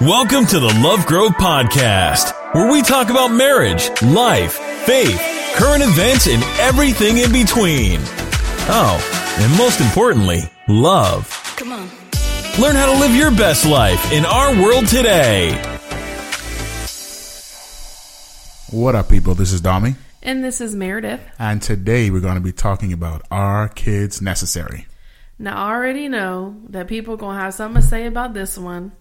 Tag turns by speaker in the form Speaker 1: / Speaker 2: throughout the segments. Speaker 1: Welcome to the Love Grove Podcast, where we talk about marriage, life, faith, current events, and everything in between. Oh, and most importantly, love.
Speaker 2: Come on.
Speaker 1: Learn how to live your best life in our world today.
Speaker 3: What up, people? This is Dami,
Speaker 4: And this is Meredith.
Speaker 3: and today we're going to be talking about are kids necessary?
Speaker 4: Now, I already know that people going to have something to say about this one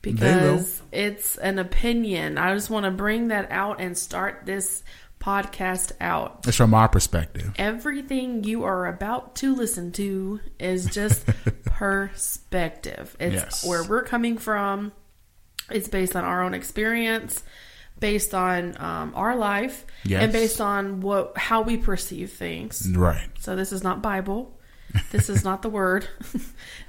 Speaker 4: because it's an opinion. I just want to bring that out and start this podcast out.
Speaker 3: It's from our perspective.
Speaker 4: Everything you are about to listen to is just perspective. It's
Speaker 3: Yes.
Speaker 4: where we're coming from, it's based on our own experience. Based on um, our life
Speaker 3: Yes.
Speaker 4: and based on what how we perceive things,
Speaker 3: Right.
Speaker 4: So this is not Bible. This is not the word.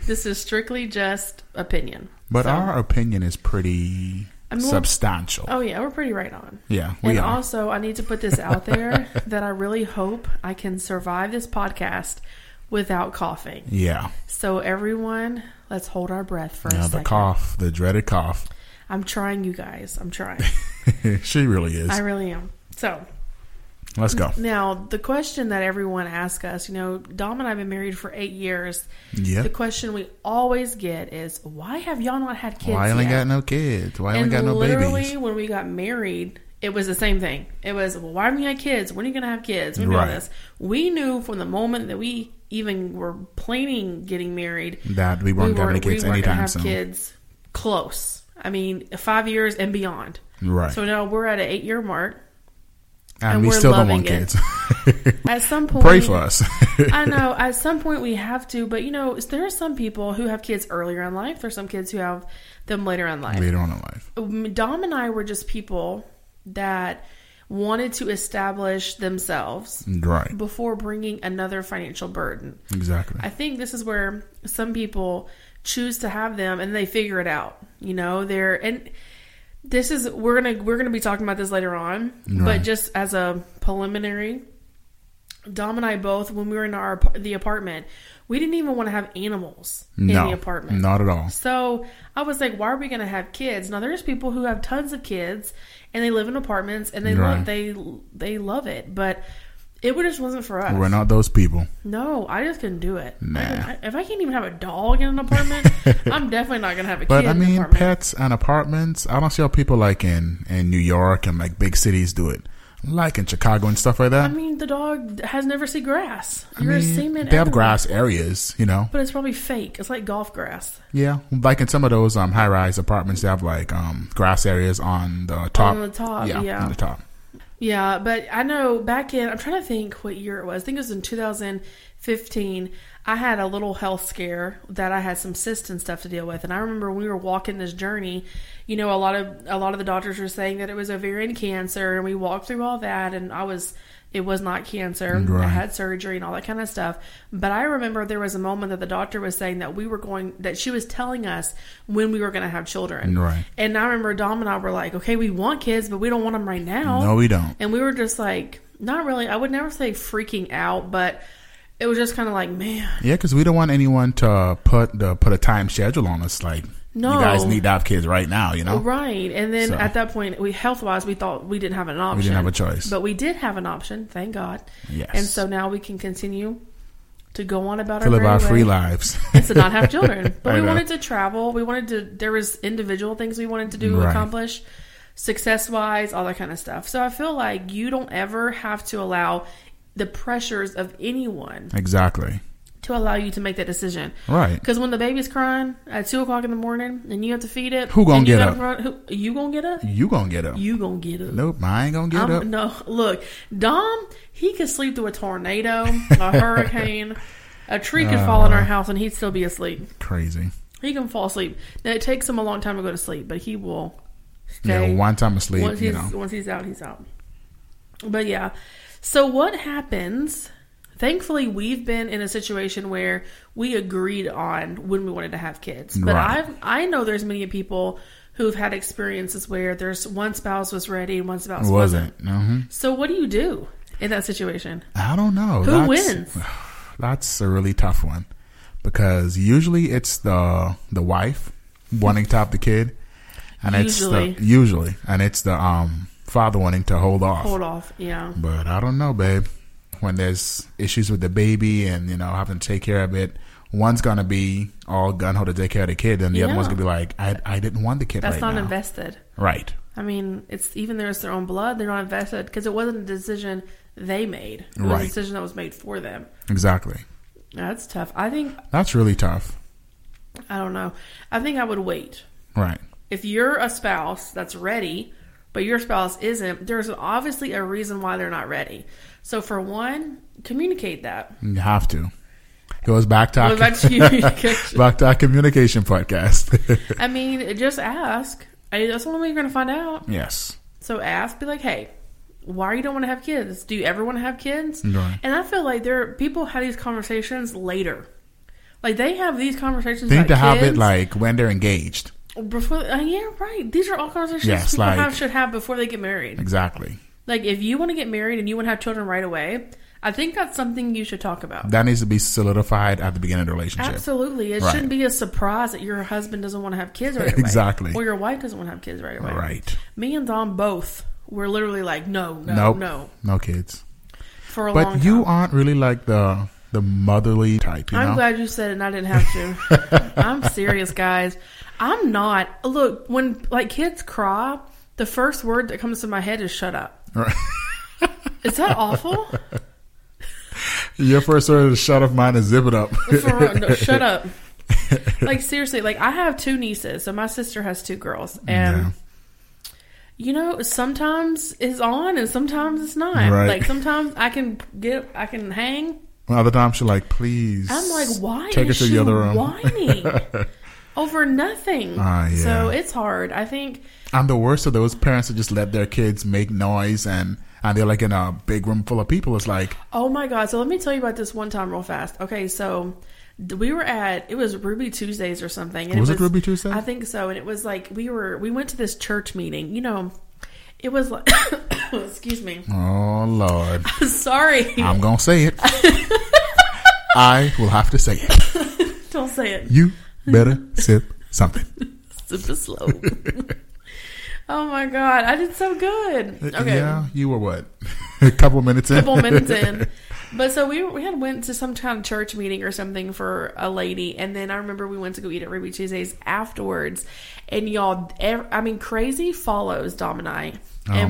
Speaker 4: this is strictly just opinion.
Speaker 3: But
Speaker 4: So-
Speaker 3: our opinion is pretty
Speaker 4: I mean,
Speaker 3: substantial.
Speaker 4: Oh yeah, we're pretty right on.
Speaker 3: Yeah, we
Speaker 4: And
Speaker 3: are.
Speaker 4: also I need to put this out there that I really hope I can survive this podcast without coughing.
Speaker 3: yeah.
Speaker 4: So everyone, let's hold our breath for a
Speaker 3: Now, the
Speaker 4: second.
Speaker 3: cough, the dreaded cough.
Speaker 4: I'm trying you guys. I'm trying.
Speaker 3: she really is.
Speaker 4: I really am. So
Speaker 3: Let's go.
Speaker 4: Now, the question that everyone asks us, you know, Dom and I have been married for eight years.
Speaker 3: Yep.
Speaker 4: The question we always get is, why have y'all not had kids?
Speaker 3: Why ain't
Speaker 4: yet?
Speaker 3: got no kids? Why ain't
Speaker 4: and
Speaker 3: got no
Speaker 4: literally,
Speaker 3: babies?
Speaker 4: when we got married, it was the same thing. It was, well, why haven't you had kids? When are you going to have kids? We knew
Speaker 3: Right.
Speaker 4: this. We knew from the moment that we even were planning getting married
Speaker 3: That we weren't gonna have
Speaker 4: weren't-
Speaker 3: kids
Speaker 4: we weren't gonna
Speaker 3: anytime
Speaker 4: have
Speaker 3: soon.
Speaker 4: kids close. I mean, five years and beyond.
Speaker 3: Right.
Speaker 4: So now we're at an eight-year mark.
Speaker 3: And,
Speaker 4: and
Speaker 3: we
Speaker 4: we're
Speaker 3: still don't want
Speaker 4: loving it.
Speaker 3: kids.
Speaker 4: At some point,
Speaker 3: Pray for us.
Speaker 4: I know. At some point, we have to, but you know, there are some people who have kids earlier in life. There's some kids who have them later in life.
Speaker 3: Later on in life.
Speaker 4: Um, Dom and I were just people that wanted to establish themselves
Speaker 3: Right.
Speaker 4: before bringing another financial burden.
Speaker 3: Exactly.
Speaker 4: I think this is where some people choose to have them and they figure it out. You know, they're and this is we're gonna we're gonna be talking about this later on,
Speaker 3: Right.
Speaker 4: but just as a preliminary, Dom and I both when we were in our the apartment, we didn't even want to have animals in
Speaker 3: no.
Speaker 4: the apartment.
Speaker 3: Not at all.
Speaker 4: So I was like, why are we going to have kids? Now there's people who have tons of kids and they live in apartments and they
Speaker 3: Right.
Speaker 4: love, they they love it, but it just wasn't for us.
Speaker 3: We're not those people.
Speaker 4: No, I just couldn't do it. I
Speaker 3: Nah.
Speaker 4: couldn't- I- if I can't even have a dog in an apartment, I'm definitely not going to have a
Speaker 3: But
Speaker 4: kid
Speaker 3: I
Speaker 4: in an
Speaker 3: mean,
Speaker 4: apartment.
Speaker 3: pets and apartments. I don't see how people like in in New York and like big cities do it, like in Chicago and stuff like that.
Speaker 4: I mean, the dog has never seen grass.
Speaker 3: I
Speaker 4: You're a
Speaker 3: mean,
Speaker 4: semen.
Speaker 3: they have
Speaker 4: animal.
Speaker 3: grass areas, you know.
Speaker 4: But it's probably fake. It's like golf grass.
Speaker 3: Yeah, like in some of those um high rise apartments, they have like um grass areas on the top.
Speaker 4: On the top,
Speaker 3: on
Speaker 4: yeah.
Speaker 3: the top.
Speaker 4: Yeah, but I know back in I'm trying to think what year it was. I think it was in 2015. I had a little health scare that I had some cysts and stuff to deal with, and I remember when we were walking this journey. You know, a lot of a lot of the doctors were saying that it was ovarian cancer, and we walked through all that, and I was it was not cancer.
Speaker 3: Right.
Speaker 4: I had surgery and all that kind of stuff. But I remember there was a moment that the doctor was saying that we were going that she was telling us when we were going to have children.
Speaker 3: Right.
Speaker 4: And I remember Dom and I were like, okay, we want kids, but we don't want them right now.
Speaker 3: No, we don't.
Speaker 4: And we were just like, not really. I would never say freaking out, but it was just kind of like, man,
Speaker 3: Yeah, because we don't want anyone to put the put a time schedule on us. Like,
Speaker 4: No. Oh,
Speaker 3: you guys need to have kids right now. You know,
Speaker 4: right. And then
Speaker 3: So-
Speaker 4: at that point, we health wise, we thought we didn't have an option.
Speaker 3: have a choice.
Speaker 4: but we did have an option. Thank God.
Speaker 3: Yes.
Speaker 4: And so now we can continue to go on about
Speaker 3: to live
Speaker 4: merry
Speaker 3: our free
Speaker 4: way.
Speaker 3: lives.
Speaker 4: and to not have children. But
Speaker 3: I
Speaker 4: we
Speaker 3: know.
Speaker 4: wanted to travel. We wanted to. There was individual things we wanted to do,
Speaker 3: Right.
Speaker 4: accomplish, success wise, all that kind of stuff. So I feel like you don't ever have to allow the pressures of anyone
Speaker 3: exactly.
Speaker 4: to allow you to make that decision.
Speaker 3: Right.
Speaker 4: Because when the baby's crying at two o'clock in the morning and you have to feed it,
Speaker 3: Who gonna
Speaker 4: and you
Speaker 3: get
Speaker 4: gotta
Speaker 3: up?
Speaker 4: run- who- you gonna get up?
Speaker 3: You gonna get up?
Speaker 4: You gonna get up?
Speaker 3: nope, I ain't gonna get
Speaker 4: I'm-
Speaker 3: up.
Speaker 4: No, look, Dom, he could sleep through a tornado, a hurricane, a tree could fall on our house, and he'd still be asleep.
Speaker 3: Crazy.
Speaker 4: He can fall asleep. Now it takes him a long time to go to sleep, but he will.
Speaker 3: Yeah,
Speaker 4: Stay.
Speaker 3: one time asleep.
Speaker 4: once
Speaker 3: you
Speaker 4: he's
Speaker 3: know,
Speaker 4: once he's out, he's out. But yeah, so what happens? Thankfully, we've been in a situation where we agreed on when we wanted to have kids. But
Speaker 3: Right.
Speaker 4: I've I know there's many people who've had experiences where there's one spouse was ready and one spouse wasn't.
Speaker 3: wasn't. hmm
Speaker 4: So what do you do in that situation?
Speaker 3: I don't know.
Speaker 4: Who
Speaker 3: that's,
Speaker 4: wins?
Speaker 3: That's a really tough one because usually it's the the wife wanting to have the kid, and
Speaker 4: Usually.
Speaker 3: it's the usually, and it's the um father wanting to hold off.
Speaker 4: Hold off. Yeah.
Speaker 3: But I don't know, babe. When there's issues with the baby and you know having to take care of it, one's gonna be all gun ho to take care of the kid, and the other
Speaker 4: Yeah.
Speaker 3: one's gonna be like, I, I didn't want the kid
Speaker 4: That's
Speaker 3: right
Speaker 4: not
Speaker 3: now.
Speaker 4: invested.
Speaker 3: right,
Speaker 4: I mean, it's even though it's their own blood, they're not invested because it wasn't a decision they made. It was
Speaker 3: Right.
Speaker 4: a decision that was made for them.
Speaker 3: exactly.
Speaker 4: That's tough. I think
Speaker 3: That's really tough.
Speaker 4: I don't know. I think I would wait.
Speaker 3: Right,
Speaker 4: If you're a spouse that's ready, but your spouse isn't, there's obviously a reason why they're not ready. So for one, communicate that.
Speaker 3: you have to. Goes back to
Speaker 4: Goes back to communication.
Speaker 3: back to our communication podcast.
Speaker 4: I mean, just ask. I, that's the only way you're going to find out.
Speaker 3: yes,
Speaker 4: So ask, be like, hey, why you don't want to have kids? Do you ever want to have kids?
Speaker 3: Right.
Speaker 4: And I feel like there people have these conversations later. Like they have these conversations.
Speaker 3: think
Speaker 4: about
Speaker 3: to have it
Speaker 4: kids
Speaker 3: like when they're engaged.
Speaker 4: before. Uh, yeah, right. These are all conversations
Speaker 3: Yes,
Speaker 4: people
Speaker 3: like-
Speaker 4: have should have before they get married.
Speaker 3: Exactly.
Speaker 4: Like if you want to get married and you want to have children right away, I think that's something you should talk about.
Speaker 3: That needs to be solidified at the beginning of the relationship.
Speaker 4: Absolutely, it
Speaker 3: Right.
Speaker 4: shouldn't be a surprise that your husband doesn't want to have kids right away.
Speaker 3: Exactly.
Speaker 4: Or your wife doesn't want to have kids right away.
Speaker 3: Right.
Speaker 4: Me and Dom both were literally like, no, no,
Speaker 3: nope.
Speaker 4: no,
Speaker 3: No kids.
Speaker 4: for a long
Speaker 3: But you
Speaker 4: time.
Speaker 3: aren't really like the the motherly type, you
Speaker 4: I'm
Speaker 3: know?
Speaker 4: glad you said it and I didn't have to. I'm serious, guys. I'm not. Look, when like kids cry, the first word that comes to my head is shut up.
Speaker 3: Right.
Speaker 4: Is that awful?
Speaker 3: Your first word is shut up mine is zip it up.
Speaker 4: For real, no, shut up. Like seriously, like I have two nieces, so my sister has two girls
Speaker 3: Mm-hmm.
Speaker 4: and
Speaker 3: Yeah.
Speaker 4: You know, sometimes it's on and sometimes it's not.
Speaker 3: Right.
Speaker 4: Like sometimes I can get, I can hang,
Speaker 3: Other times she's like, please.
Speaker 4: I'm like, why
Speaker 3: Take
Speaker 4: is
Speaker 3: her to
Speaker 4: she
Speaker 3: the other room.
Speaker 4: whining over nothing?
Speaker 3: Ah, yeah.
Speaker 4: So it's hard. I think
Speaker 3: I'm the worst of those parents that just let their kids make noise and and they're like in a big room full of people. It's like
Speaker 4: Oh my God. So let me tell you about this one time real fast. Okay. So d- we were at, it was Ruby Tuesdays or something. And
Speaker 3: Was it Ruby Tuesday?
Speaker 4: I think so. And it was like, we were, we went to this church meeting. You know, it was like, excuse me.
Speaker 3: Oh Lord.
Speaker 4: Sorry.
Speaker 3: I'm gonna say it. I will have to say it.
Speaker 4: Don't say it.
Speaker 3: You better sip something.
Speaker 4: Super slow. oh my God. I did so good. Okay.
Speaker 3: Uh, Yeah, you were what? a couple minutes in.
Speaker 4: couple minutes in. But so we we had went to some kind of church meeting or something for a lady, and then I remember we went to go eat at Ruby Tuesdays afterwards, and y'all, ev- I mean, crazy follows Dom and I, and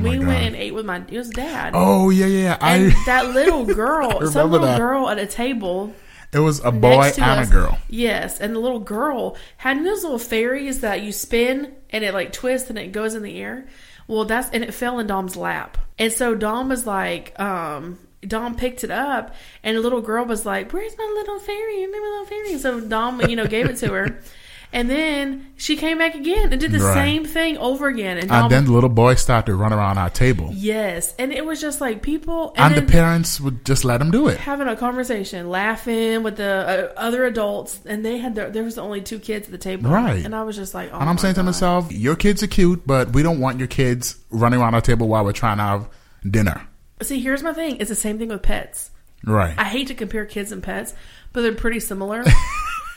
Speaker 3: Oh my
Speaker 4: we
Speaker 3: God.
Speaker 4: went and ate with my it was dad.
Speaker 3: Oh yeah, yeah. yeah.
Speaker 4: And
Speaker 3: I
Speaker 4: that little girl, some
Speaker 3: remember
Speaker 4: little
Speaker 3: that.
Speaker 4: girl at a table
Speaker 3: it was a boy
Speaker 4: next to
Speaker 3: and
Speaker 4: us.
Speaker 3: a girl.
Speaker 4: Yes, and the little girl had those little fairies that you spin and it like twists and it goes in the air. Well, that's and it fell in Dom's lap, and so Dom was like, um, Dom picked it up, and the little girl was like, "Where's my little fairy? Where's my little fairy?" And so Dom, you know, gave it to her. And then she came back again and did the
Speaker 3: Right.
Speaker 4: same thing over again. And, Dom,
Speaker 3: And then the little boy started to run around our table,
Speaker 4: yes, um, and it was just like people
Speaker 3: and,
Speaker 4: then-
Speaker 3: the parents would just let him do it.
Speaker 4: having a conversation, laughing with the uh, other adults, and they had their, there was only two kids at the table,
Speaker 3: Right.
Speaker 4: And I was just like, oh
Speaker 3: And I'm
Speaker 4: my
Speaker 3: saying to
Speaker 4: God.
Speaker 3: myself, your kids are cute, but we don't want your kids running around our table while we're trying to have dinner.
Speaker 4: see, here's my thing: it's the same thing with pets.
Speaker 3: Right?
Speaker 4: I hate to compare kids and pets, but they're pretty similar.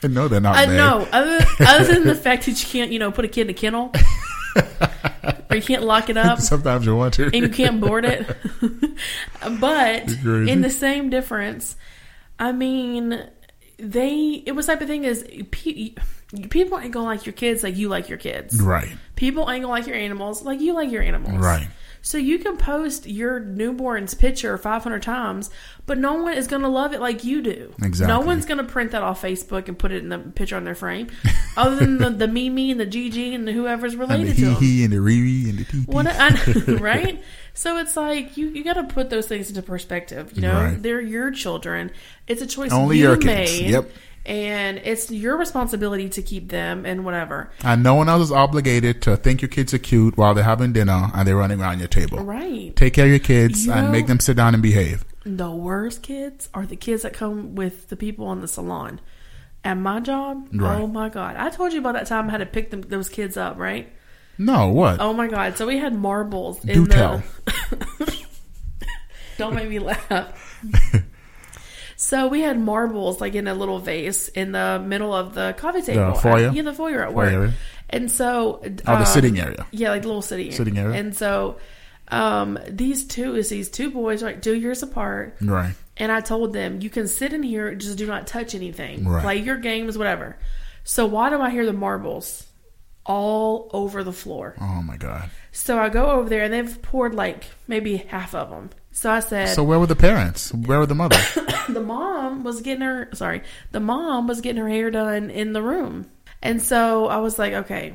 Speaker 3: no, they're not.
Speaker 4: I
Speaker 3: babe.
Speaker 4: know, other, other than the fact that you can't, you know, put a kid in a kennel, or you can't lock it up.
Speaker 3: Sometimes you want to.
Speaker 4: and you can't board it. but
Speaker 3: crazy.
Speaker 4: in the same difference, I mean, they it was type of thing is pe- people ain't gonna like your kids like you like your kids.
Speaker 3: right.
Speaker 4: People ain't gonna like your animals like you like your animals.
Speaker 3: Right.
Speaker 4: So you can post your newborn's picture 500 times, but no one is gonna love it like you do. No
Speaker 3: Exactly.
Speaker 4: one's gonna print that off Facebook and put it in the picture on their frame, other than the, the Mimi and the Gigi and whoever's
Speaker 3: And
Speaker 4: related
Speaker 3: the
Speaker 4: to
Speaker 3: hee
Speaker 4: them.
Speaker 3: hee and the ree ree and the tee tee.
Speaker 4: What I, right? So it's like you, you got to put those things into perspective. You know,
Speaker 3: Right.
Speaker 4: they're your children. It's a choice
Speaker 3: Only
Speaker 4: you
Speaker 3: your
Speaker 4: made.
Speaker 3: kids. Yep.
Speaker 4: And it's your responsibility to keep them and whatever.
Speaker 3: And no one else is obligated to think your kids are cute while they're having dinner and they're running around your table.
Speaker 4: Right.
Speaker 3: Take care of your kids
Speaker 4: You
Speaker 3: and
Speaker 4: know-
Speaker 3: make them sit down and behave.
Speaker 4: The worst kids are the kids that come with the people on the salon. At my job,
Speaker 3: Right.
Speaker 4: oh my god! I told you about that time I had to pick them, those kids up, right?
Speaker 3: No, what?
Speaker 4: Oh my god! So we had marbles.
Speaker 3: Do
Speaker 4: in the,
Speaker 3: tell.
Speaker 4: Don't make me laugh. So we had marbles like in a little vase in the middle of the coffee table.
Speaker 3: foyer?
Speaker 4: I, yeah, the foyer at
Speaker 3: Foyer.
Speaker 4: work. And so, um,
Speaker 3: Oh, the sitting area.
Speaker 4: yeah, like the little sitting area.
Speaker 3: Sitting area.
Speaker 4: And so, um, these two is these two boys are like two years apart,
Speaker 3: Right.
Speaker 4: and I told them you can sit in here, just do not touch anything,
Speaker 3: Right.
Speaker 4: play your games, whatever. So why do I hear the marbles all over the floor?
Speaker 3: Oh my god.
Speaker 4: So I go over there, and they've poured like maybe half of them. So I said,
Speaker 3: So where were the parents? Where were the mother?
Speaker 4: the mom was getting her sorry the mom was getting her hair done in the room and so i was like okay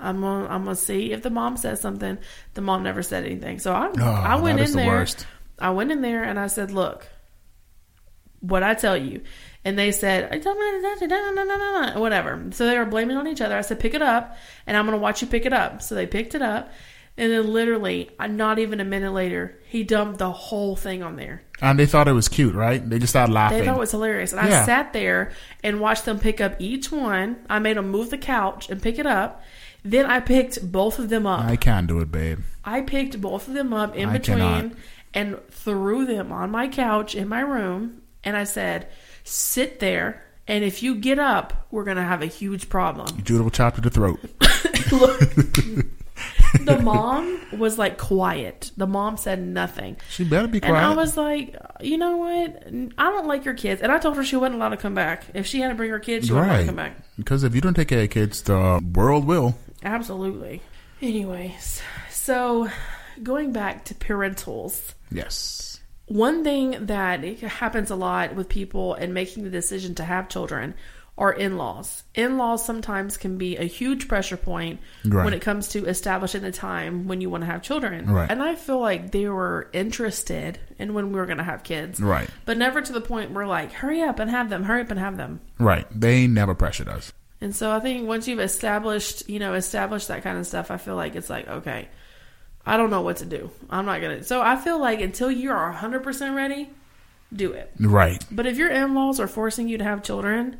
Speaker 4: i'm gonna i'm gonna see if the mom says something the mom never said anything so i, I
Speaker 3: Oh, that
Speaker 4: went in
Speaker 3: is the
Speaker 4: there
Speaker 3: worst.
Speaker 4: i went in there and i said look what i tell you and they said "I don't know, da, da, da, da, da, da, da," whatever so they were blaming it on each other i said pick it up and i'm gonna watch you pick it up so they picked it up and then literally uh, not even a minute later he dumped the whole thing on there
Speaker 3: and they thought it was cute, right? They just started laughing.
Speaker 4: they thought it was hilarious. And
Speaker 3: Yeah.
Speaker 4: I sat there and watched them pick up each one. I made them move the couch and pick it up. Then I picked both of them up.
Speaker 3: I can't do it, babe.
Speaker 4: I picked both of them up in
Speaker 3: I
Speaker 4: between
Speaker 3: cannot.
Speaker 4: and threw them on my couch in my room. And I said, sit there. And if you get up, we're going to have a huge problem.
Speaker 3: Judah will chop you the throat.
Speaker 4: Look, the mom was like quiet. The mom said nothing.
Speaker 3: She better be
Speaker 4: And I
Speaker 3: quiet.
Speaker 4: was like, you know what? I don't like your kids. And I told her she wasn't allowed to come back. If she had to bring her kids, she wasn't allowed to come
Speaker 3: right.
Speaker 4: back.
Speaker 3: Because if you don't take care of kids, the world will.
Speaker 4: Absolutely. Anyways, so going back to parentals,
Speaker 3: Yes.
Speaker 4: one thing that happens a lot with people in making the decision to have children are in laws. In laws sometimes can be a huge pressure point
Speaker 3: Right.
Speaker 4: when it comes to establishing the time when you want to have children.
Speaker 3: Right.
Speaker 4: And I feel like they were interested in when we were going to have kids.
Speaker 3: Right.
Speaker 4: But never to the point where, like, hurry up and have them, hurry up and have them.
Speaker 3: Right. They never pressured us.
Speaker 4: And so I think once you've established, you know, established that kind of stuff, I feel like it's like, okay, I don't know what to do. I'm not going to. So I feel like until you are 100% ready, do it.
Speaker 3: Right.
Speaker 4: But if your in laws are forcing you to have children,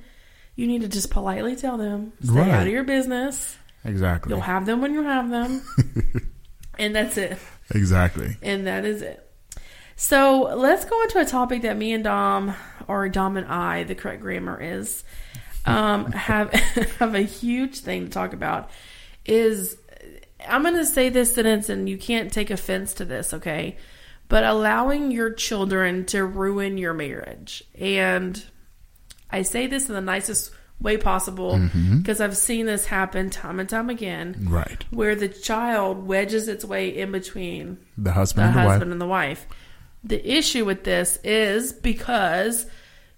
Speaker 4: you need to just politely tell them, stay
Speaker 3: Right.
Speaker 4: out of your business.
Speaker 3: Exactly.
Speaker 4: You'll have them when you have them. and that's it.
Speaker 3: Exactly.
Speaker 4: And that is it. So let's go into a topic that me and Dom, or Dom and I, the correct grammar is, um, have have a huge thing to talk about. Is I'm going to say this sentence, and you can't take offense to this, okay? But allowing your children to ruin your marriage, and I say this in the nicest way possible because I've seen this happen time and time again,
Speaker 3: Right.
Speaker 4: where the child wedges its way in between
Speaker 3: The husband
Speaker 4: the
Speaker 3: and the
Speaker 4: husband
Speaker 3: wife.
Speaker 4: and the wife. The issue with this is because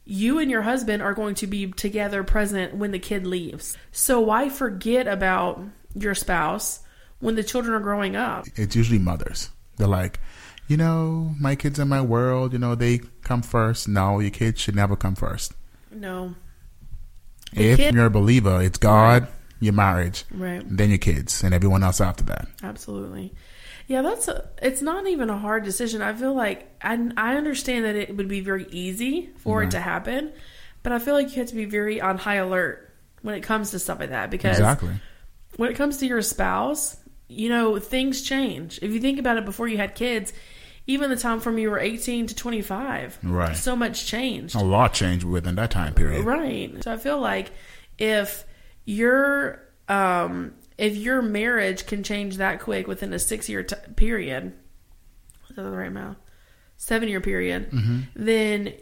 Speaker 4: you and your husband are going to be together present when the kid leaves. So why forget about your spouse when the children are growing up?
Speaker 3: It's usually mothers. They're like, you know, my kids are my world. You know, they come first. No, your kids should never come first.
Speaker 4: No.
Speaker 3: if
Speaker 4: kid-
Speaker 3: you're a believer, it's God, your marriage,
Speaker 4: Right.
Speaker 3: then your kids, and everyone else after that.
Speaker 4: Absolutely. Yeah, that's a, it's not even a hard decision. I feel like I, I understand that it would be very easy for
Speaker 3: Mm-hmm.
Speaker 4: it to happen, but I feel like you have to be very on high alert when it comes to stuff like that because
Speaker 3: Exactly.
Speaker 4: when it comes to your spouse, you know, things change. If you think about it before you had kids, even the time from you were 18 to 25,
Speaker 3: Right. Oh,
Speaker 4: so much changed.
Speaker 3: A lot changed within that time period.
Speaker 4: Right. So I feel like if your um if your marriage can change that quick within a 6-year t- period, is that the right amount? 7-year period, then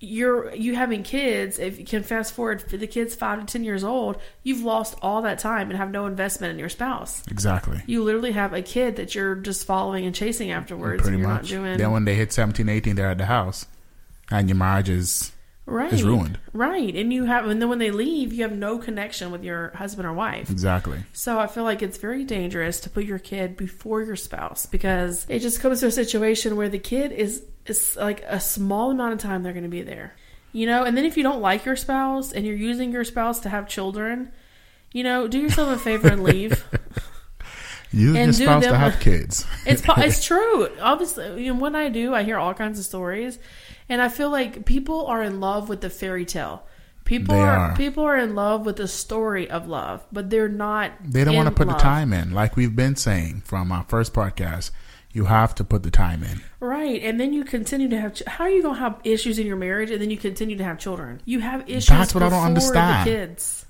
Speaker 4: you're you having kids if you can fast forward for the kids 5 to 10 years old you've lost all that time and have no investment in your spouse
Speaker 3: Exactly.
Speaker 4: you literally have a kid that you're just following and chasing afterwards
Speaker 3: Pretty
Speaker 4: and you're
Speaker 3: much.
Speaker 4: not doing
Speaker 3: Then when they hit 17, 18, they're at the house, and your marriage is
Speaker 4: right
Speaker 3: it's ruined.
Speaker 4: right and you have and then when they leave you have no connection with your husband or wife
Speaker 3: exactly.
Speaker 4: So I feel like it's very dangerous to put your kid before your spouse because it just comes to a situation where the kid is is like a small amount of time they're going to be there. You know, and then if you don't like your spouse and you're using your spouse to have children, you know, do yourself a favor and leave.
Speaker 3: You and your
Speaker 4: And do
Speaker 3: spouse to
Speaker 4: them-
Speaker 3: have kids.
Speaker 4: It's po- it's true. Obviously, you know, when I do, I hear all kinds of stories, and I feel like people are in love with the fairy tale. People
Speaker 3: They
Speaker 4: are,
Speaker 3: are.
Speaker 4: people are in love with the story of love, but they're not.
Speaker 3: They don't want to put
Speaker 4: in love.
Speaker 3: the time in, like we've been saying from our first podcast. You have to put the time in.
Speaker 4: Right, and then you continue to have. Ch- how are you gonna have issues in your marriage, and then you continue to have children? You have issues.
Speaker 3: That's what I don't
Speaker 4: before the
Speaker 3: understand.
Speaker 4: Kids.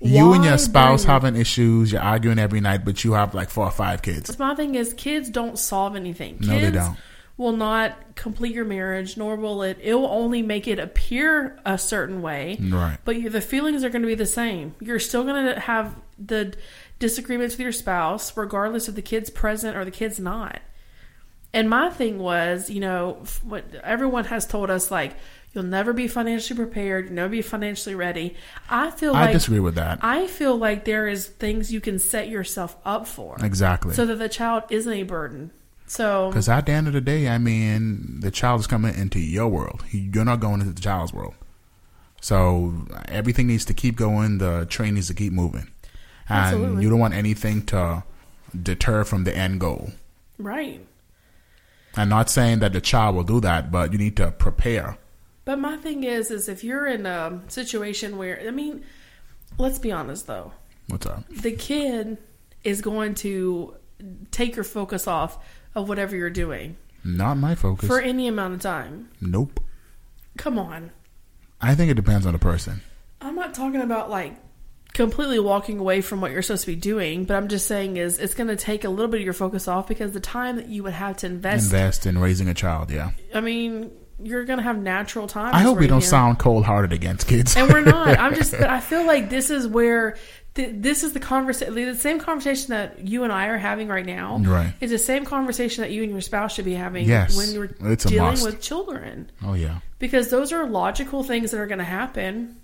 Speaker 3: You and
Speaker 4: Why
Speaker 3: your spouse
Speaker 4: bring-
Speaker 3: having issues. You're arguing every night, but you have like four or five kids.
Speaker 4: That's my thing is kids don't solve anything.
Speaker 3: No, they
Speaker 4: kids
Speaker 3: don't.
Speaker 4: Will not complete your marriage, nor will it. It will only make it appear a certain way.
Speaker 3: Right.
Speaker 4: But you, the feelings are going to be the same. You're still going to have the disagreements with your spouse, regardless of the kids present or the kids not. And my thing was, you know, f- what everyone has told us, like you'll never be financially prepared, you'll never be financially ready. I feel
Speaker 3: I
Speaker 4: like
Speaker 3: disagree with that.
Speaker 4: I feel like there is things you can set yourself up for.
Speaker 3: Exactly.
Speaker 4: So that the child isn't a burden. So
Speaker 3: Because at the end of the day, I mean, the child is coming into your world. You're not going into the child's world. So everything needs to keep going. The train needs to keep moving. And
Speaker 4: Absolutely.
Speaker 3: you don't want anything to deter from the end goal.
Speaker 4: right.
Speaker 3: I'm not saying that the child will do that, but you need to prepare.
Speaker 4: But my thing is is if you're in a situation where I mean, let's be honest though.
Speaker 3: What's up?
Speaker 4: The kid is going to take your focus off of whatever you're doing
Speaker 3: Not my focus.
Speaker 4: for any amount of time.
Speaker 3: nope.
Speaker 4: Come on.
Speaker 3: I think it depends on the person.
Speaker 4: I'm not talking about like completely walking away from what you're supposed to be doing, but I'm just saying is it's going to take a little bit of your focus off because the time that you would have to invest,
Speaker 3: Invest in raising a child, yeah.
Speaker 4: I mean, you're going to have natural time.
Speaker 3: I hope we don't sound cold hearted against kids.
Speaker 4: And we're not. I'm just. But I feel like this is where. th- This is the conversation, the same conversation that you and I are having right now.
Speaker 3: Right.
Speaker 4: Is the same conversation that you and your spouse should be having
Speaker 3: Yes.
Speaker 4: when you're
Speaker 3: It's a
Speaker 4: dealing
Speaker 3: must.
Speaker 4: with children
Speaker 3: oh, yeah.
Speaker 4: because those are logical things that are going to happen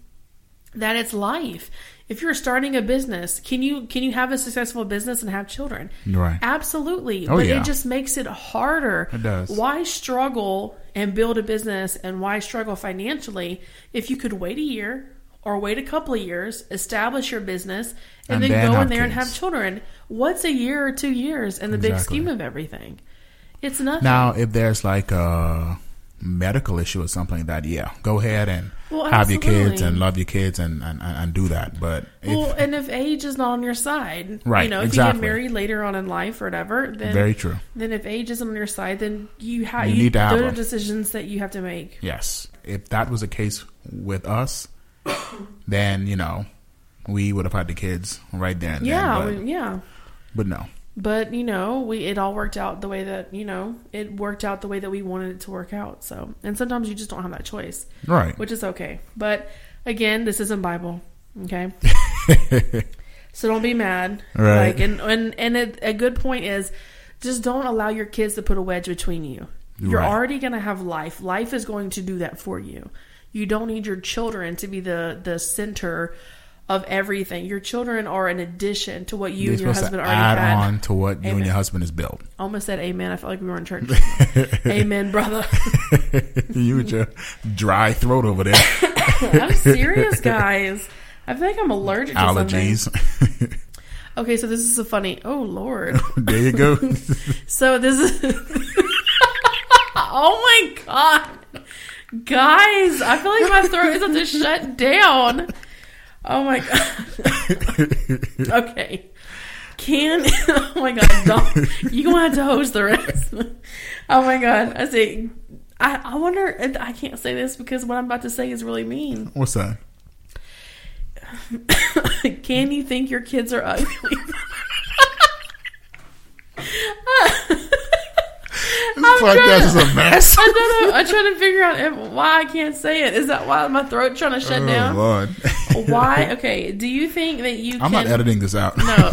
Speaker 4: that it's life if you're starting a business can you can you have a successful business and have children
Speaker 3: Right.
Speaker 4: absolutely
Speaker 3: Oh,
Speaker 4: but
Speaker 3: yeah.
Speaker 4: it just makes it harder
Speaker 3: It does.
Speaker 4: why struggle and build a business and why struggle financially if you could wait a year or wait a couple of years establish your business
Speaker 3: And
Speaker 4: and, then,
Speaker 3: then
Speaker 4: go in
Speaker 3: have
Speaker 4: there and have
Speaker 3: kids.
Speaker 4: children what's a year or two years in the big
Speaker 3: Exactly.
Speaker 4: scheme of everything it's nothing
Speaker 3: Now, if there's like a medical issue or something like that, yeah, go ahead and
Speaker 4: Well,
Speaker 3: have your kids
Speaker 4: absolutely.
Speaker 3: and love your kids and, and, and, and do that. But if,
Speaker 4: Well, and if age is not on your side,
Speaker 3: Right,
Speaker 4: You know, if you
Speaker 3: exactly.
Speaker 4: get married later on in life or whatever, then
Speaker 3: Very true.
Speaker 4: Then if age isn't on your side, then you have
Speaker 3: You need to have
Speaker 4: those
Speaker 3: them.
Speaker 4: are decisions that you have to make.
Speaker 3: yes, if that was the case with us, then, you know, we would have had the kids right there and
Speaker 4: Yeah,
Speaker 3: then. But,
Speaker 4: we- yeah.
Speaker 3: but no.
Speaker 4: But you know, we it all worked out the way that you know it worked out the way that we wanted it to work out. So, and sometimes you just don't have that choice,
Speaker 3: Right.
Speaker 4: which is okay. But again, this isn't Bible, okay? so don't be mad,
Speaker 3: Right.
Speaker 4: Like, and and and it, a good point is, just don't allow your kids to put a wedge between you. You're
Speaker 3: Right.
Speaker 4: already going to have life. Life is going to do that for you. You don't need your children to be the the center of everything. Your children are an addition to what you
Speaker 3: You're
Speaker 4: and your
Speaker 3: supposed
Speaker 4: husband
Speaker 3: to
Speaker 4: already
Speaker 3: add
Speaker 4: had.
Speaker 3: on to what you and
Speaker 4: Amen.
Speaker 3: your husband has built.
Speaker 4: Almost said amen. I felt like we were in church. amen, brother.
Speaker 3: you with your dry throat over there.
Speaker 4: I'm serious, guys. I feel like I'm allergic to something.
Speaker 3: Allergies.
Speaker 4: Okay, so this is a funny. Oh Lord.
Speaker 3: there you go.
Speaker 4: So this is. oh my god, guys! I feel like my throat is about to shut down. Oh my god. okay. Can oh my god, don't you gonna have to host the rest? oh my god, I see. I, I wonder. If, I can't say this because what I'm about to say is really mean.
Speaker 3: What's that?
Speaker 4: Can you think your kids are ugly?
Speaker 3: This podcast is a mess.
Speaker 4: I don't know. I'm trying to figure out if, why I can't say it. Is that why my throat trying to shut
Speaker 3: Oh,
Speaker 4: down?
Speaker 3: Lord.
Speaker 4: Why? Okay. Do you think that you?
Speaker 3: I'm
Speaker 4: can,
Speaker 3: not editing this out.
Speaker 4: No.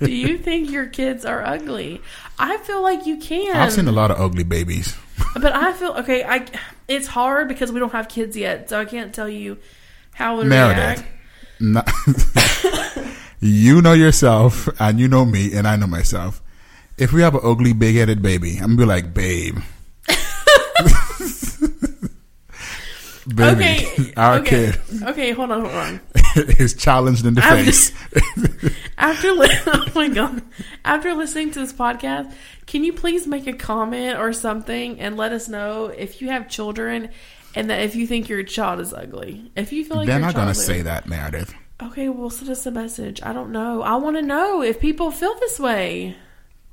Speaker 4: Do you think your kids are ugly? I feel like you can.
Speaker 3: I've seen a lot of ugly babies.
Speaker 4: but I feel okay. I it's hard because we don't have kids yet, so I can't tell you how it
Speaker 3: Meredith.
Speaker 4: react.
Speaker 3: No- you know yourself, and you know me, and I know myself. If we have an ugly, big headed baby, I'm gonna be like, babe. baby,
Speaker 4: Okay.
Speaker 3: our
Speaker 4: okay. Okay. Hold on. Hold on.
Speaker 3: kid is challenged in the
Speaker 4: I'm-
Speaker 3: face.
Speaker 4: After li- oh my god, after listening to this podcast, can you please make a comment or something and let us know if you have children and that if you think your child is ugly. If you feel like
Speaker 3: They're
Speaker 4: your
Speaker 3: not gonna
Speaker 4: child is-
Speaker 3: say that, Meredith.
Speaker 4: Okay, well, send us a message. I don't know. I want to know if people feel this way.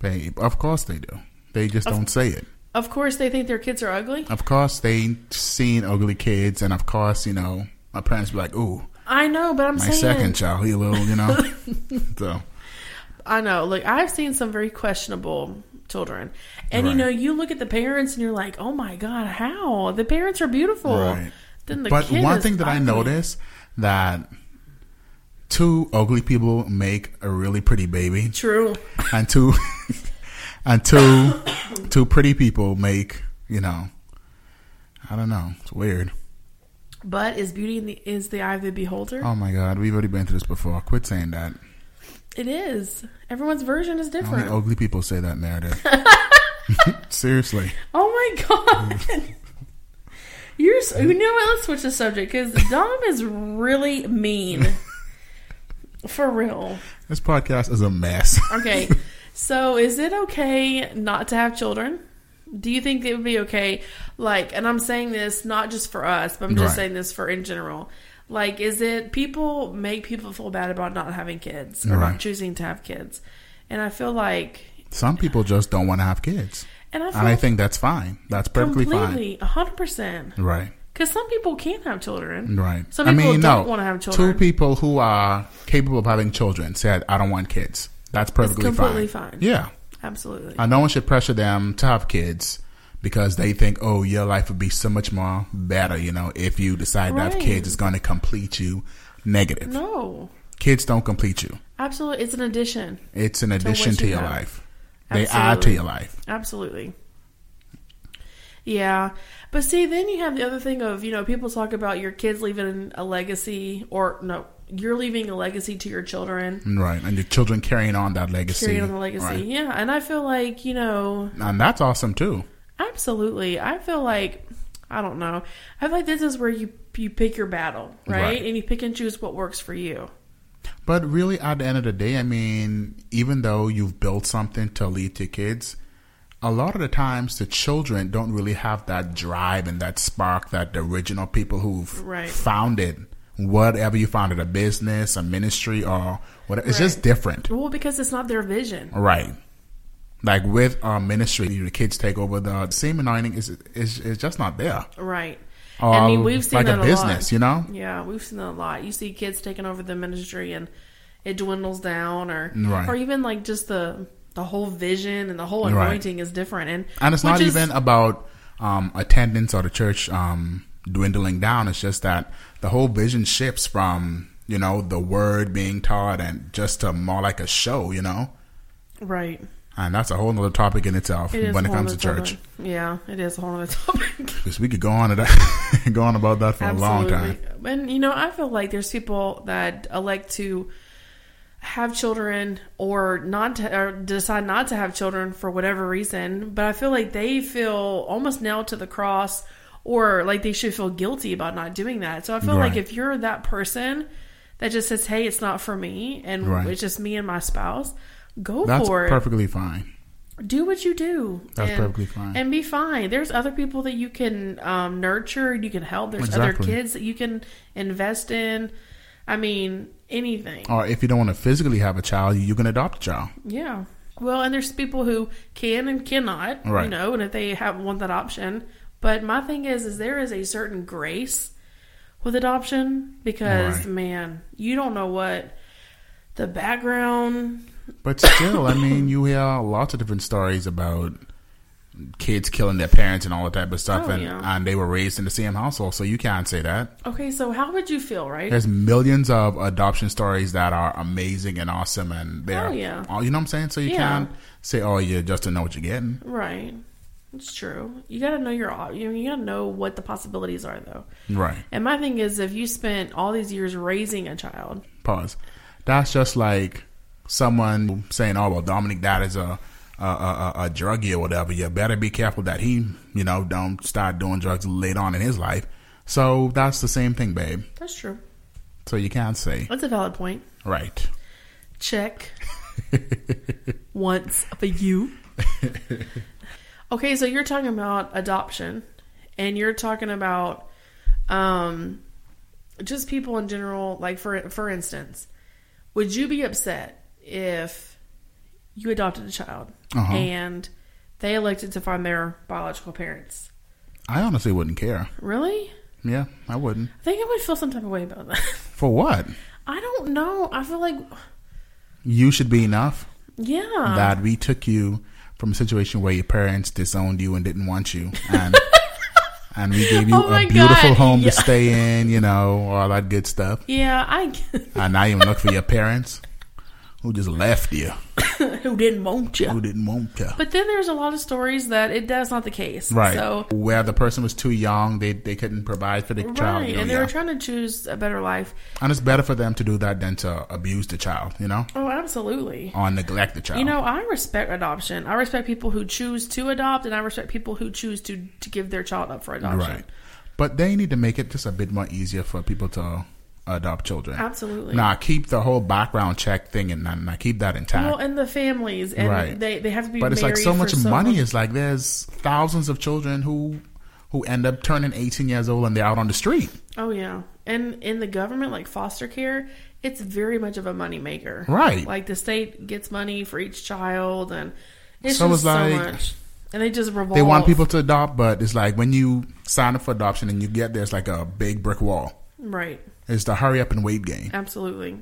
Speaker 3: Babe, of course they do. They just don't say it.
Speaker 4: Of course, they think their kids are ugly.
Speaker 3: Of course, they seen ugly kids, and of course, you know, my parents be like, "Ooh,
Speaker 4: I know, but I'm
Speaker 3: my
Speaker 4: saying
Speaker 3: second child, he a little, you know." so
Speaker 4: I know. Look, I've seen some very questionable children. And you
Speaker 3: Right.
Speaker 4: know, you look at the parents and you're like, "Oh my god, how? The parents are beautiful."
Speaker 3: Right.
Speaker 4: Then the
Speaker 3: but
Speaker 4: kid
Speaker 3: one
Speaker 4: is
Speaker 3: thing that I
Speaker 4: ugly.
Speaker 3: noticed that two ugly people make a really pretty baby,
Speaker 4: True.
Speaker 3: and two and two two pretty people make you know, I don't know, it's weird.
Speaker 4: But is beauty in the is the eye of the beholder?
Speaker 3: Oh my god, we've already been through this before. Quit saying that.
Speaker 4: It is. Everyone's version is
Speaker 3: Only
Speaker 4: different. Oh,
Speaker 3: ugly people say that narrative. Seriously,
Speaker 4: Oh my god. You're so, you know what? Let's switch the subject because Dom is really mean. For real.
Speaker 3: this podcast is a mess.
Speaker 4: Okay. so is it okay not to have children? Do you think it would be okay? Like, and I'm saying this not just for us, but I'm just
Speaker 3: Right.
Speaker 4: saying this for in general. Like, is it people make people feel bad about not having kids or
Speaker 3: Right.
Speaker 4: not choosing to have kids? And I feel like,
Speaker 3: Some people just don't want to have kids,
Speaker 4: and I feel
Speaker 3: and I think that's fine. That's perfectly
Speaker 4: completely, hundred percent,
Speaker 3: fine. Right.
Speaker 4: because some people can't have children.
Speaker 3: Right.
Speaker 4: Some people don't want to have children.
Speaker 3: Two people who are capable of having children said, "I don't want kids." That's perfectly
Speaker 4: completely
Speaker 3: fine.
Speaker 4: fine.
Speaker 3: Yeah,
Speaker 4: Absolutely.
Speaker 3: and no one should pressure them to have kids because they think, "Oh, your life would be so much more better." You know, if you decide to have
Speaker 4: Right.
Speaker 3: kids, it's going to complete you. Negative.
Speaker 4: no,
Speaker 3: Kids don't complete you.
Speaker 4: absolutely. It's an addition.
Speaker 3: It's an addition
Speaker 4: what
Speaker 3: to
Speaker 4: you
Speaker 3: your
Speaker 4: have.
Speaker 3: life. They add to
Speaker 4: Absolutely.
Speaker 3: your life.
Speaker 4: Absolutely. Yeah. But see, then you have the other thing of, you know, people talk about your kids leaving a legacy or no, you're leaving a legacy to your children.
Speaker 3: Right. And your children carrying on that legacy.
Speaker 4: Carrying on the legacy.
Speaker 3: Mm-hmm. Right.
Speaker 4: Yeah. And I feel like, you know,
Speaker 3: And that's awesome too.
Speaker 4: absolutely. I feel like I don't know. I feel like this is where you you pick your battle, right?
Speaker 3: Right.
Speaker 4: And you pick and choose what works for you.
Speaker 3: But really, at the end of the day, I mean, even though you've built something to lead to kids, a lot of the times the children don't really have that drive and that spark that the original people who've
Speaker 4: Right.
Speaker 3: founded whatever you founded a business, a ministry, or whatever. It's
Speaker 4: Right.
Speaker 3: just different,
Speaker 4: Well, because it's not their vision.
Speaker 3: right? Like with our ministry, the kids take over the same anointing is is is just not there.
Speaker 4: Right.
Speaker 3: Or um,
Speaker 4: I mean, we've seen
Speaker 3: like
Speaker 4: that
Speaker 3: a
Speaker 4: lot.
Speaker 3: business, you know,
Speaker 4: Yeah, we've seen that a lot. You see kids taking over the ministry and it dwindles down or
Speaker 3: Right.
Speaker 4: or even like just the the whole vision and the whole
Speaker 3: Right.
Speaker 4: anointing is different and
Speaker 3: And it's
Speaker 4: which
Speaker 3: not
Speaker 4: is-
Speaker 3: even about um, attendance or the church um, dwindling down. It's just that the whole vision shifts from you know the word being taught and just to more like a show, you know.
Speaker 4: right.
Speaker 3: And that's a whole nother topic in itself
Speaker 4: It is
Speaker 3: when
Speaker 4: a
Speaker 3: it
Speaker 4: whole
Speaker 3: comes to
Speaker 4: nother
Speaker 3: church,
Speaker 4: topic. Yeah, it is a whole other topic.
Speaker 3: because we could go on to that, go on about that for a long time.
Speaker 4: And you know, I feel like there's people that elect to have children or not to, or decide not to have children for whatever reason, but I feel like they feel almost nailed to the cross or like they should feel guilty about not doing that. So I feel like
Speaker 3: Right.
Speaker 4: if you're that person that just says, "Hey, it's not for me and
Speaker 3: Right.
Speaker 4: it's just me and my spouse," go
Speaker 3: That's
Speaker 4: for it
Speaker 3: perfectly fine.
Speaker 4: do what you do.
Speaker 3: That's
Speaker 4: and,
Speaker 3: perfectly fine.
Speaker 4: And be fine. There's other people that you can um, nurture, you can help. There's
Speaker 3: Exactly.
Speaker 4: other kids that you can invest in. I mean, anything.
Speaker 3: Or if you don't want to physically have a child, you can adopt a child.
Speaker 4: Yeah. Well, and there's people who can and cannot,
Speaker 3: Right.
Speaker 4: you know, and if they have want that option. But my thing is, is there is a certain grace with adoption because
Speaker 3: Right.
Speaker 4: man, you don't know what the background.
Speaker 3: But still, I mean, you hear lots of different stories about kids killing their parents and all that type of stuff,
Speaker 4: Oh,
Speaker 3: and,
Speaker 4: yeah.
Speaker 3: and they were raised in the same household, so you can't say that.
Speaker 4: Okay, so how would you feel, right?
Speaker 3: There's millions of adoption stories that are amazing and awesome, and they're,
Speaker 4: Oh, yeah.
Speaker 3: all- you know what I'm saying? So you
Speaker 4: Yeah.
Speaker 3: can't say, oh, you just don't know what you're getting.
Speaker 4: Right. It's true. You got to know your op- you, you got to know what the possibilities are though.
Speaker 3: Right.
Speaker 4: And my thing is if you spent all these years raising a child,
Speaker 3: Pause. That's just like someone saying, oh, well, Dominic, that is a. A, a, a- a druggie or whatever. You better be careful that he, you know, don't start doing drugs late on in his life. So that's the same thing, babe.
Speaker 4: that's true.
Speaker 3: So you can't say.
Speaker 4: That's a valid point.
Speaker 3: Right.
Speaker 4: Check once for you. okay, so you're talking about adoption and you're talking about um just people in general, like for for instance, would you be upset if you adopted a child
Speaker 3: Uh-huh.
Speaker 4: and They elected to find their biological parents.
Speaker 3: I honestly wouldn't care.
Speaker 4: Really?
Speaker 3: Yeah, I wouldn't.
Speaker 4: I think I would feel some type of way about that.
Speaker 3: For what?
Speaker 4: I don't know. I feel like,
Speaker 3: You should be enough
Speaker 4: yeah.
Speaker 3: that we took you from a situation where your parents disowned you and didn't want you, and and we gave you
Speaker 4: Oh my
Speaker 3: a beautiful
Speaker 4: God,
Speaker 3: home
Speaker 4: yeah.
Speaker 3: to stay in, you know, all that good stuff.
Speaker 4: yeah, I.
Speaker 3: And I even look for your parents who just left you,
Speaker 4: who didn't want you?
Speaker 3: who didn't want you.
Speaker 4: But then there's a lot of stories that it that's not the case.
Speaker 3: Right.
Speaker 4: So
Speaker 3: Where the person was too young, they, they couldn't provide for the child.
Speaker 4: right,
Speaker 3: you know,
Speaker 4: and they
Speaker 3: yeah.
Speaker 4: were trying to choose a better life.
Speaker 3: and it's better for them to do that than to abuse the child, you know,
Speaker 4: Oh, absolutely.
Speaker 3: or neglect the child.
Speaker 4: You know, I respect adoption. I respect people who choose to adopt, and I respect people who choose to to give their child up for adoption.
Speaker 3: right. But they need to make it just a bit more easier for people to adopt children.
Speaker 4: Absolutely.
Speaker 3: Nah, keep the whole background check thing and, and I keep that intact.
Speaker 4: Well, and the families, and
Speaker 3: Right.
Speaker 4: they they have to be.
Speaker 3: but it's like
Speaker 4: married
Speaker 3: so
Speaker 4: for
Speaker 3: much money
Speaker 4: long-
Speaker 3: is like there's thousands of children who who end up turning 18 years old and they're out on the street.
Speaker 4: Oh yeah, and in the government, like foster care, it's very much of a moneymaker.
Speaker 3: Right.
Speaker 4: Like the state gets money for each child, and it's
Speaker 3: So
Speaker 4: just
Speaker 3: it's like-
Speaker 4: so much. And they just revolve.
Speaker 3: They want people to adopt, but it's like when you sign up for adoption and you get there, it's like a big brick wall.
Speaker 4: right.
Speaker 3: It's the hurry up and wait game.
Speaker 4: Absolutely.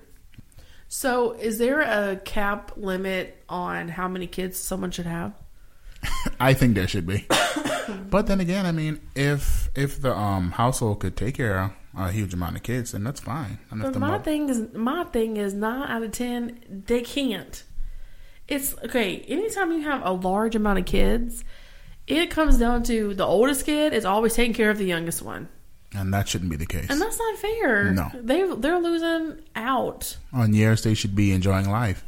Speaker 4: So, is there a cap limit on how many kids someone should have?
Speaker 3: I think there should be. but then again, I mean, if if the um, household could take care of a huge amount of kids, then that's fine. And if
Speaker 4: But
Speaker 3: the
Speaker 4: my
Speaker 3: mom-
Speaker 4: thing is, my thing is nine out of ten they can't. It's okay. Anytime you have a large amount of kids, it comes down to the oldest kid is always taking care of the youngest one,
Speaker 3: and that shouldn't be the case.
Speaker 4: and that's not fair.
Speaker 3: No.
Speaker 4: they they're losing out.
Speaker 3: On years, they should be enjoying life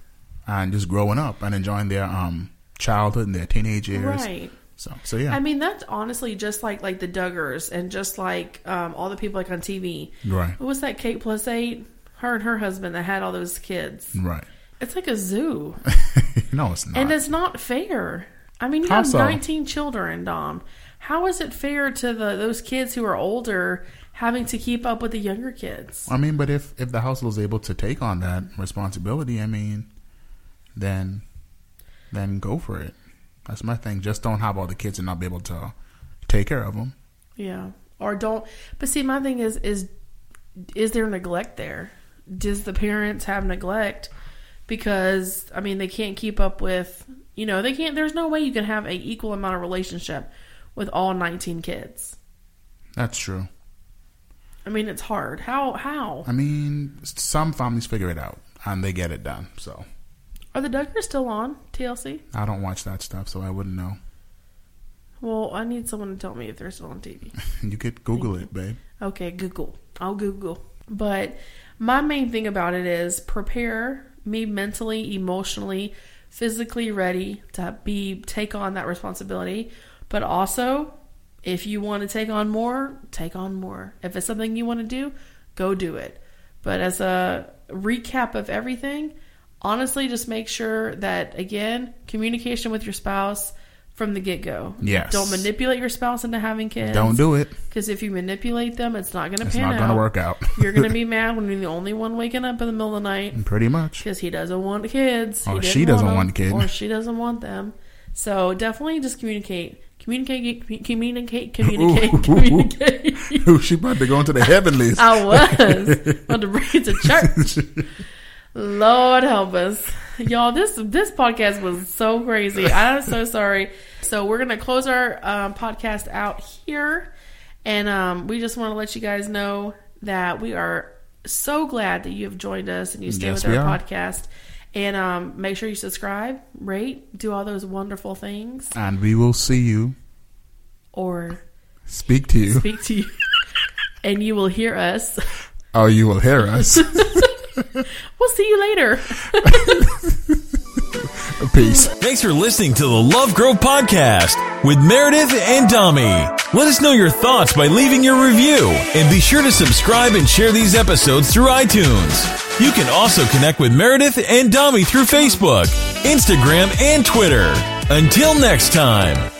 Speaker 3: and just growing up and enjoying their um, childhood and their teenage years.
Speaker 4: Right.
Speaker 3: So, so yeah,
Speaker 4: I mean, that's honestly just like like the Duggars and just like um, all the people like on TV.
Speaker 3: Right.
Speaker 4: What was that Kate plus eight? Her and her husband that had all those kids.
Speaker 3: right.
Speaker 4: It's like a zoo,
Speaker 3: Uh, no, it's not.
Speaker 4: and it's not fair. I mean, you
Speaker 3: How
Speaker 4: have
Speaker 3: so?
Speaker 4: 19 children, Dom. How is it fair to the those kids who are older having to keep up with the younger kids?
Speaker 3: I mean, but if if the household is able to take on that responsibility, I mean, then then go for it. That's my thing. Just don't have all the kids and not be able to take care of them.
Speaker 4: Yeah, or don't. But see, my thing is is is there neglect there? Does the parents have neglect because I mean they can't keep up with you know they can't. There's no way you can have a equal amount of relationship with all 19 kids.
Speaker 3: That's true.
Speaker 4: I mean, it's hard. How? How
Speaker 3: I mean, s- some families figure it out and they get it done. So
Speaker 4: are the Duggars still on TLC?
Speaker 3: I don't watch that stuff, so I wouldn't know.
Speaker 4: Well, I need someone to tell me if they're still on TV.
Speaker 3: You could Google it, babe.
Speaker 4: Okay, Google. I'll Google. But my main thing about it is prepare me mentally, emotionally, physically ready to be take on that responsibility. But also, if you want to take on more, take on more. If it's something you want to do, go do it. But as a recap of everything, honestly, just make sure that again, communication with your spouse from the get go.
Speaker 3: Yes.
Speaker 4: Don't manipulate your spouse into having kids.
Speaker 3: Don't do it.
Speaker 4: Because if you manipulate them, it's not going to
Speaker 3: It's
Speaker 4: pan
Speaker 3: not
Speaker 4: out.
Speaker 3: gonna work out.
Speaker 4: you're going to be mad when you're the only one waking up in the middle of the night
Speaker 3: Pretty much.
Speaker 4: because he doesn't want kids.
Speaker 3: Mm.
Speaker 4: He
Speaker 3: Or
Speaker 4: didn't
Speaker 3: she doesn't
Speaker 4: them,
Speaker 3: want kids.
Speaker 4: Or she doesn't want them. So definitely just communicate. Communicate, commu- communicate, communicate,
Speaker 3: Ooh, ooh, ooh.
Speaker 4: communicate.
Speaker 3: she about to go into the heavenlies.
Speaker 4: I was about to bring it to church. Lord help us, y'all. This this podcast was so crazy. I'm so sorry. So we're gonna close our um, podcast out here, and um, we just want to let you guys know that we are so glad that you have joined us and you stay
Speaker 3: Yes,
Speaker 4: with
Speaker 3: we
Speaker 4: our
Speaker 3: are.
Speaker 4: podcast. And um, make sure you subscribe, rate, do all those wonderful things,
Speaker 3: and we will see you,
Speaker 4: or
Speaker 3: speak to you,
Speaker 4: speak to you, and you will hear us.
Speaker 3: or Oh, you will hear us.
Speaker 4: We'll see you later.
Speaker 3: Peace.
Speaker 1: Thanks for listening to the Love Grow Podcast with Meredith and Dami. Let us know your thoughts by leaving your review and be sure to subscribe and share these episodes through iTunes. You can also connect with Meredith and Dami through Facebook, Instagram, and Twitter. Until next time.